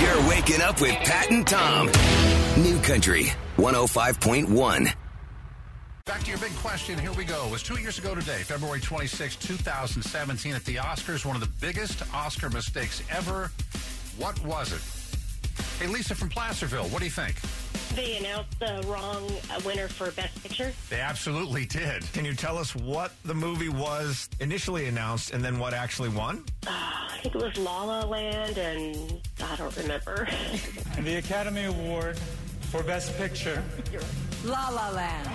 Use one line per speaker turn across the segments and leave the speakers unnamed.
You're waking up with Pat and Tom. New Country 105.1.
Back to your big question. Here we go. It was two years ago today, February 26, 2017, at the Oscars. One of the biggest Oscar mistakes ever. What was it? Hey, Lisa from Placerville, what do you think?
They announced the wrong uh, winner for Best Picture.
They absolutely did.
Can you tell us what the movie was initially announced and then what actually won?
I think it was La La Land, and I don't remember.
And the Academy Award for Best Picture
La La Land.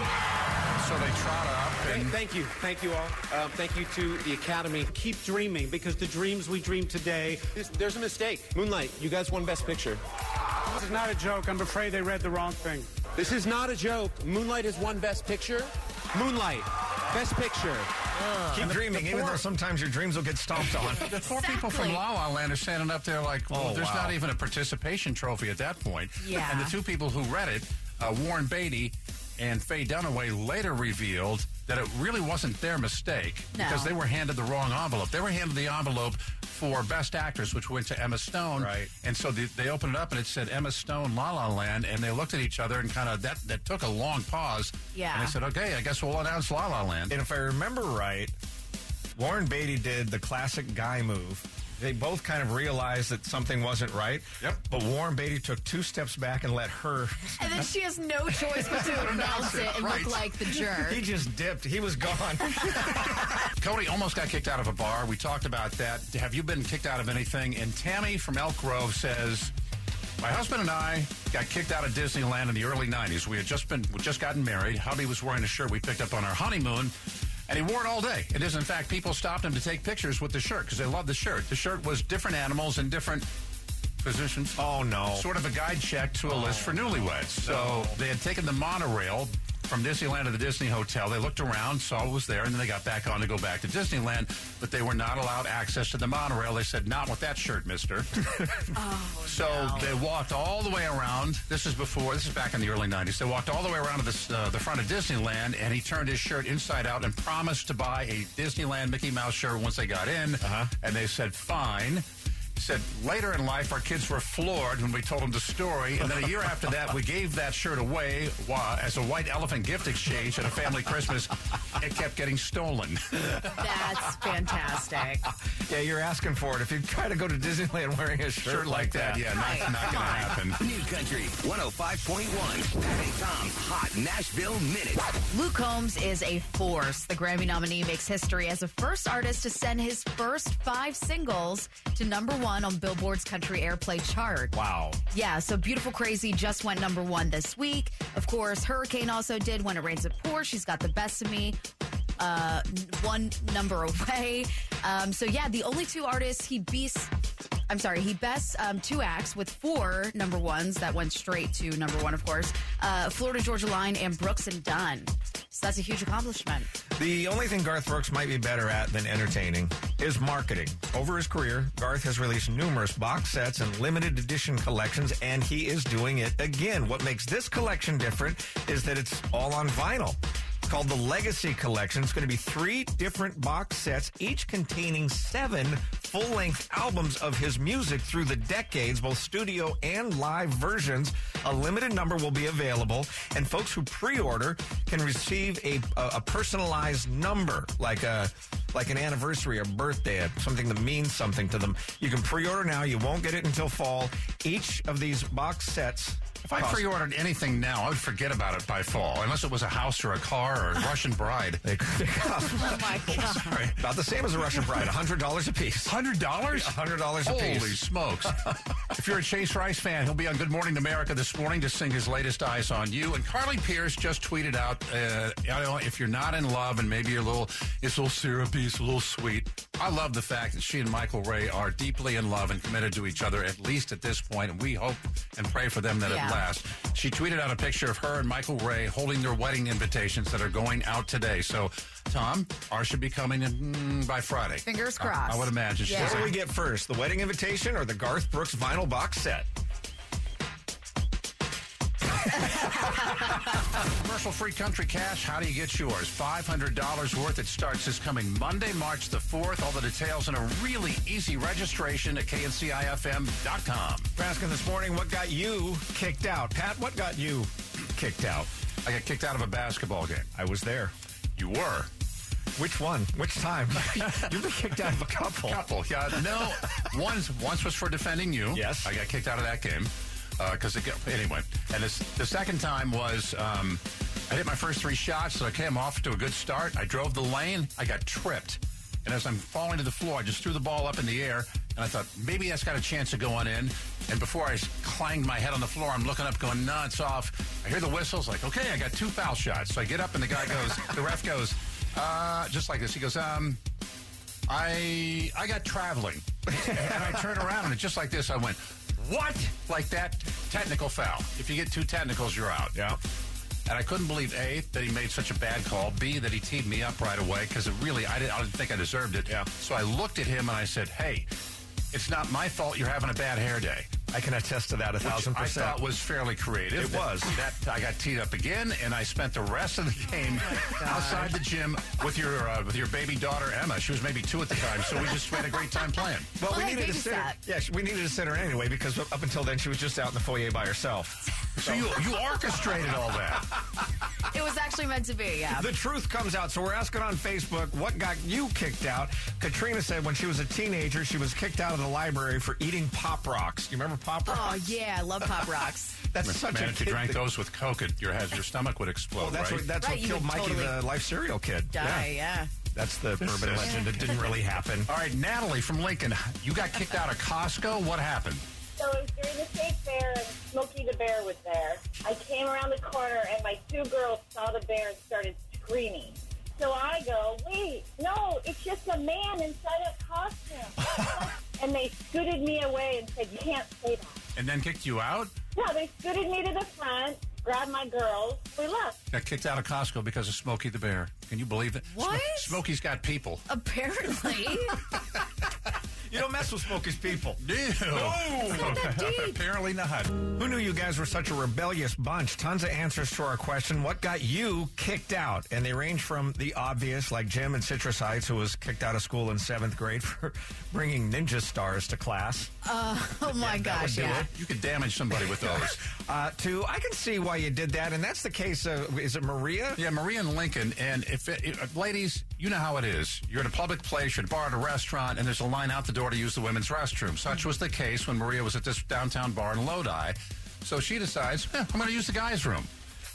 So they trot up and
Thank you. Thank you all. Um, thank you to the Academy. Keep dreaming because the dreams we dream today. This, there's a mistake. Moonlight, you guys won Best Picture.
This is not a joke. I'm afraid they read the wrong thing.
This is not a joke. Moonlight has won Best Picture. Moonlight, Best Picture.
Keep dreaming, even
four-
though sometimes your dreams will get stomped on.
the four people from La La Land are standing up there like, well,
Oh,
there's
wow.
not even a participation trophy at that point.
Yeah.
And the two people who read it, uh, Warren Beatty and Faye Dunaway, later revealed that it really wasn't their mistake
No.
because they were handed the wrong envelope. They were handed the envelope for Best Actress, which went to Emma Stone.
Right.
And so they, they opened it up and it said Emma Stone, La La Land, and they looked at each other and kind of that that took a long pause.
Yeah.
And they said, okay, I guess we'll announce La La Land.
And if I remember right, Warren Beatty did the classic guy move. They both kind of realized that something wasn't right.
Yep.
But Warren Beatty took two steps back and let her.
And then she has no choice but to announce it and
Right.
look like the jerk.
He just dipped. He was gone.
Cody almost got kicked out of a bar. We talked about that. Have you been kicked out of anything? And Tammy from Elk Grove says, my husband and I got kicked out of Disneyland in the early '90s. We had just been, we just gotten married. Hubby was wearing a shirt we picked up on our honeymoon, and he wore it all day. It is, in fact, people stopped him to take pictures with the shirt because they loved the shirt. The shirt was different animals in different positions.
oh, no.
Sort of a guide check to a list for newlyweds. So they had taken the monorail from Disneyland to the Disney Hotel. They looked around, saw it was there, and then they got back on to go back to Disneyland. But they were not allowed access to the monorail. They said, "Not with that shirt, Mister." So they walked all the way around. This is before. This is back in the early '90s. They walked all the way around to this, uh, the front of Disneyland, and he turned his shirt inside out and promised to buy a Disneyland Mickey Mouse shirt once they got in. Uh-huh. And they said, "Fine." He Said later in life, our kids were floored when we told them the story, and then a year after that, we gave that shirt away wa- as a white elephant gift exchange at a family Christmas. It kept getting stolen.
That's fantastic.
Yeah, you're asking for it. If you try to go to Disneyland wearing a shirt,
Shirt like that, yeah, not, not going to happen.
New Country 105.1. Pat and Tom's Hot Nashville Minute.
Luke Combs is a force. The Grammy nominee makes history as the first artist to send his first five singles to number one on Billboard's country airplay chart.
Wow.
Yeah, so Beautiful Crazy just went number one this week. Of course, Hurricane also did. When It Rains It Pours, She's Got the Best of Me. Uh, n- one number away. Um, so yeah, the only two artists he beats. I'm sorry, he bests um, two acts with four number ones that went straight to number one, of course. Uh, Florida Georgia Line and Brooks and Dunn. So that's a huge accomplishment.
The only thing Garth Brooks might be better at than entertaining is marketing. Over his career, Garth has released numerous box sets and limited edition collections, and he is doing it again. What makes this collection different is that it's all on vinyl. It's called the Legacy Collection. It's going to be three different box sets, each containing seven full length albums of his music through the decades, both studio and live versions. A limited number will be available, and folks who pre order can receive a, a, a personalized number, like a like an anniversary or birthday, uh, something that means something to them. You can pre order now. You won't get it until fall. Each of these box sets.
If I
cost-
pre-ordered anything now, I would forget about it by fall, unless it was a house or a car or a Russian bride.
they, they cost
Oh my god!
Sorry.
about the same as a Russian bride, $100 a piece.
Hundred dollars?
$100 a
Holy
piece.
smokes. if you're a Chase Rice fan, he'll be on Good Morning America this morning to sing his latest Eyes on You. And Carly Pierce just tweeted out, uh, you know, if you're not in love and maybe you're a little, it's a little syrupy, it's a little sweet. I love the fact that she and Michael Ray are deeply in love and committed to each other, at least at this point, And we hope and pray for them that it
Yeah.
lasts. She tweeted out a picture of her and Michael Ray holding their wedding invitations that are going out today. So, Tom, ours should be coming in mm, by Friday.
Fingers
I-
crossed.
I would imagine.
Yeah.
she's
What do we get first, the wedding invitation or the Garth Brooks vinyl box set?
Commercial free country cash. How do you get yours? $500 worth. It starts this coming Monday, March the 4th. All the details and a really easy registration at kncifm.com.
We're asking this morning what got you kicked out. Pat, what got you kicked out?
I got kicked out of a basketball game.
I was there.
You were.
Which one? Which time? You've been kicked out of a couple.
Couple. Yeah. No. once once was for defending you.
Yes.
I got kicked out of that game because it got, anyway. And this, the second time was um, I hit my first three shots, so I came off to a good start. I drove the lane. I got tripped, and as I'm falling to the floor, I just threw the ball up in the air. And I thought maybe that's got a chance of going in. And before I s- clanged my head on the floor, I'm looking up, going, "No, it's off." I hear the whistles, like, "Okay, I got two foul shots." So I get up, and the guy goes, the ref goes, uh, just like this. He goes, um, I I got traveling, and I turn around, and it's just like this. I went, what? Like that technical foul. If you get two technicals, you're out.
Yeah.
And I couldn't believe a that he made such a bad call. B that he teed me up right away because it really I didn't, I didn't think I deserved it.
Yeah.
So I looked at him and I said, hey, it's not my fault. You're having a bad hair day.
I can attest to that a
Which
thousand percent.
I thought was fairly creative.
It was.
That I got teed up again, and I spent the rest of the game outside the gym with your uh, with your baby daughter Emma. She was maybe two at the time, so we just had a great time playing.
well,
Well,
we
hey,
needed to
baby's
sit her.
back.
Yeah, sh- we needed to sit her anyway because up until then she was just out in the foyer by herself.
So you you orchestrated all that.
It was actually meant to be, yeah.
The truth comes out. So we're asking on Facebook what got you kicked out. Katrina said when she was a teenager, she was kicked out of the library for eating pop rocks. You remember pop rocks?
Oh, yeah, I love Pop Rocks.
That's such
Man,
a
if you
kid
drank
thing.
those with Coke, it, your your stomach would explode.
Well, that's
right?
what that's
Right,
what
you
killed
would
Mikey,
totally
the life serial kid.
Die,
Yeah.
yeah.
That's the urban legend. It didn't really happen.
all right, Natalie from Lincoln, you got kicked out of Costco. What happened?
So it was during the state fair, and Smokey the Bear was there. I came around the corner, and my two girls saw the bear and started screaming. So I go, wait, no, it's just a man inside a costume. and they scooted me away and said, you can't say that.
And then kicked you out?
No, they scooted me to the front, grabbed my girls, we left.
Got kicked out of Costco because of Smokey the Bear. Can you believe it?
What?
Smokey's got people.
Apparently.
You don't mess with Smokey's people.
Ew.
not that deep.
Apparently not.
Who knew you guys were such a rebellious bunch? Tons of answers to our question, what got you kicked out? And they range from the obvious, like Jim in Citrus Heights, who was kicked out of school in seventh grade for bringing ninja stars to class,
Oh, my gosh, yeah.
You could damage somebody with those.
uh, to I can see why you did that. And that's the case of, is it Maria?
yeah, Maria and Lincoln. And if, it, if- ladies, you know how it is. You're at a public place, you're at a bar, at a restaurant, and there's a line out the door to use the women's restroom. Such was the case when Maria was at this downtown bar in Lodi. So she decides, "Eh, I'm going to use the guys' room,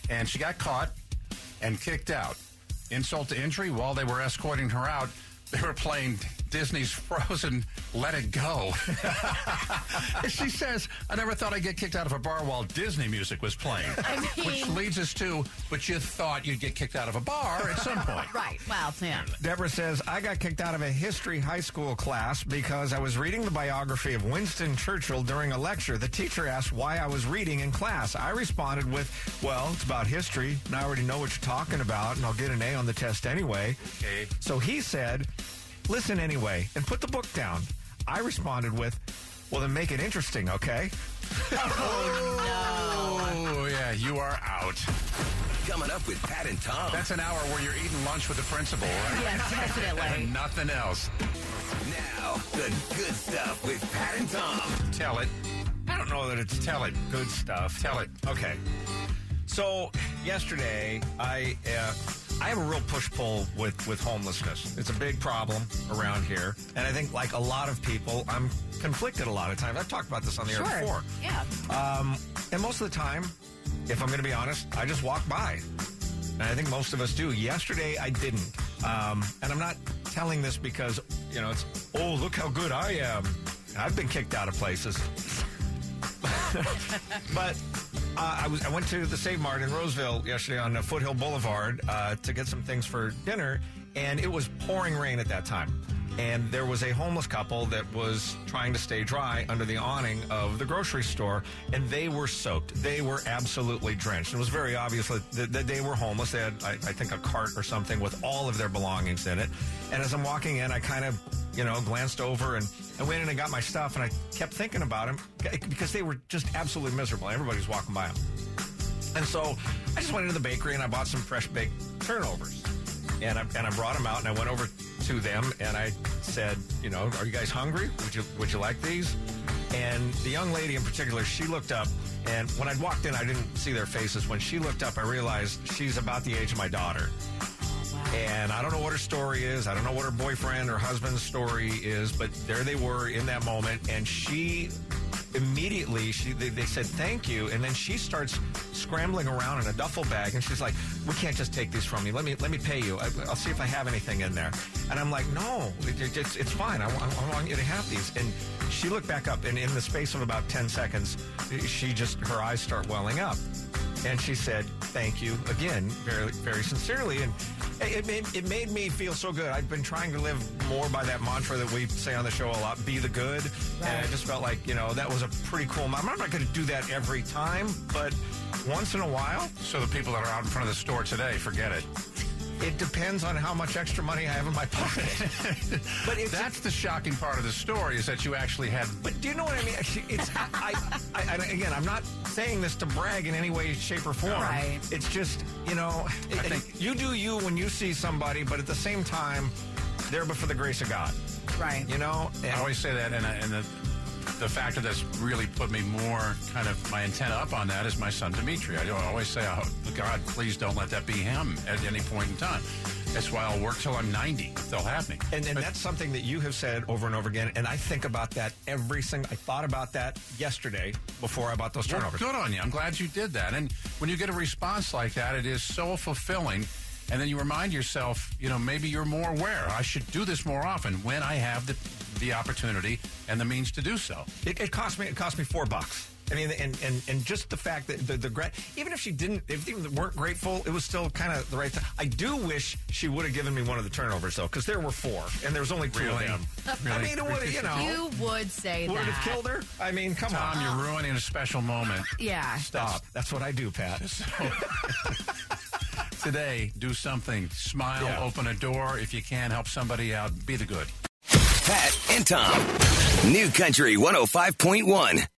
and she got caught and kicked out. Insult to injury, while they were escorting her out, they were playing Disney's Frozen Let It Go. she says, I never thought I'd get kicked out of a bar while Disney music was playing. which
mean-
leads us to, but you thought you'd get kicked out of a bar at some point.
Right, well, yeah.
Deborah says, I got kicked out of a history high school class because I was reading the biography of Winston Churchill during a lecture. The teacher asked why I was reading in class. I responded with, Well, it's about history, and I already know what you're talking about, and I'll get an A on the test anyway.
Okay.
So he said, Listen anyway, and put the book down. I responded with, Well, then make it interesting, okay?
Oh, yeah, you are out.
Coming up with Pat and Tom.
That's an hour where you're eating lunch with the principal, right?
Yeah, definitely.
And nothing else.
now, the good stuff with Pat and Tom.
Tell it.
I don't know that it's
Tell it.
good stuff.
Tell it.
Okay. So yesterday, I uh, I have a real push pull with with homelessness. It's a big problem around here, and I think like a lot of people, I'm conflicted a lot of times. I've talked about this on the air before,
Sure. Yeah.
and most of the time, if I'm going to be honest, I just walk by, and I think most of us do. Yesterday, I didn't, um, and I'm not telling this because you know it's oh look how good I am. I've been kicked out of places. But uh, I was I went to the Save Mart in Roseville yesterday on uh, Foothill Boulevard uh, to get some things for dinner, and it was pouring rain at that time. And there was a homeless couple that was trying to stay dry under the awning of the grocery store, and they were soaked. They were absolutely drenched. It was very obvious that, that- that they were homeless. They had, I, I think, a cart or something with all of their belongings in it. And as I'm walking in, I kind of, you know, glanced over and I went in and got my stuff, and I kept thinking about them because they were just absolutely miserable. Everybody's walking by them. And so I just went into the bakery and I bought some fresh baked turnovers. And I, and I brought them out and I went over to them and I said, you know, are you guys hungry? Would you would you like these? And the young lady in particular, she looked up and when I'd walked in, I didn't see their faces. When she looked up, I realized she's about the age of my daughter. And I don't know what her story is. I don't know what her boyfriend or husband's story is, but there they were in that moment. And she immediately, she they, they said thank you. And then she starts scrambling around in a duffel bag. And she's like, we can't just take these from you. Let me let me pay you. I, I'll see if I have anything in there. And I'm like, no, it, it- it's, it's fine. I, wa- I want you to have these. And she looked back up. And in the space of about 10 seconds, she just, her eyes start welling up. And she said, thank you again, very, very sincerely. And it it made, it made me feel so good. I've been trying to live more by that mantra that we say on the show a lot, be the good. And I just felt like, you know, that was a pretty cool moment. I'm not going to do that every time, but once in a while,
So the people that are out in front of the store today, forget it.
it depends on how much extra money I have in my pocket. but it's
That's the shocking part of the story is that you actually had.
But do you know what I mean? Actually, It's I, I, I, and again, I'm not saying this to brag in any way, shape, or form.
Right.
It's just you know,
I think-
you do you when you see somebody, but at the same time, there but for the grace of God.
Right.
You know, and
I always say that, and, I- and the, the factor that's really put me more kind of my antenna up on that is my son Dimitri. I always say, oh, God, please don't let that be him at any point in time. That's why I'll work till I'm 90 if they'll have me.
And, and that's something that you have said over and over again, and I think about that every single. I thought about that yesterday before I bought those
Well,
turnovers.
Good on you. I'm glad you did that. And when you get a response like that, it is so fulfilling. And then you remind yourself, you know, maybe you're more aware. I should do this more often when I have the, the opportunity and the means to do so.
It, it cost me. It cost me four bucks. I mean, and and and just the fact that the, the gra- even if she didn't, if they weren't grateful, it was still kind of the right time. I do wish she would have given me one of the turnovers though, because there were four, and there was only two
Really?
of them. I
Really?
mean, it would have, you know,
You would say
would
that.
have killed her. I mean, come
Tom,
on,
you're ruining a special moment.
Yeah.
Stop.
That's what I do, Pat.
Today, do something. Smile,
Yeah.
open a door. If you can, help somebody out. Be the good.
oh Pat and Tom. New Country 105.1.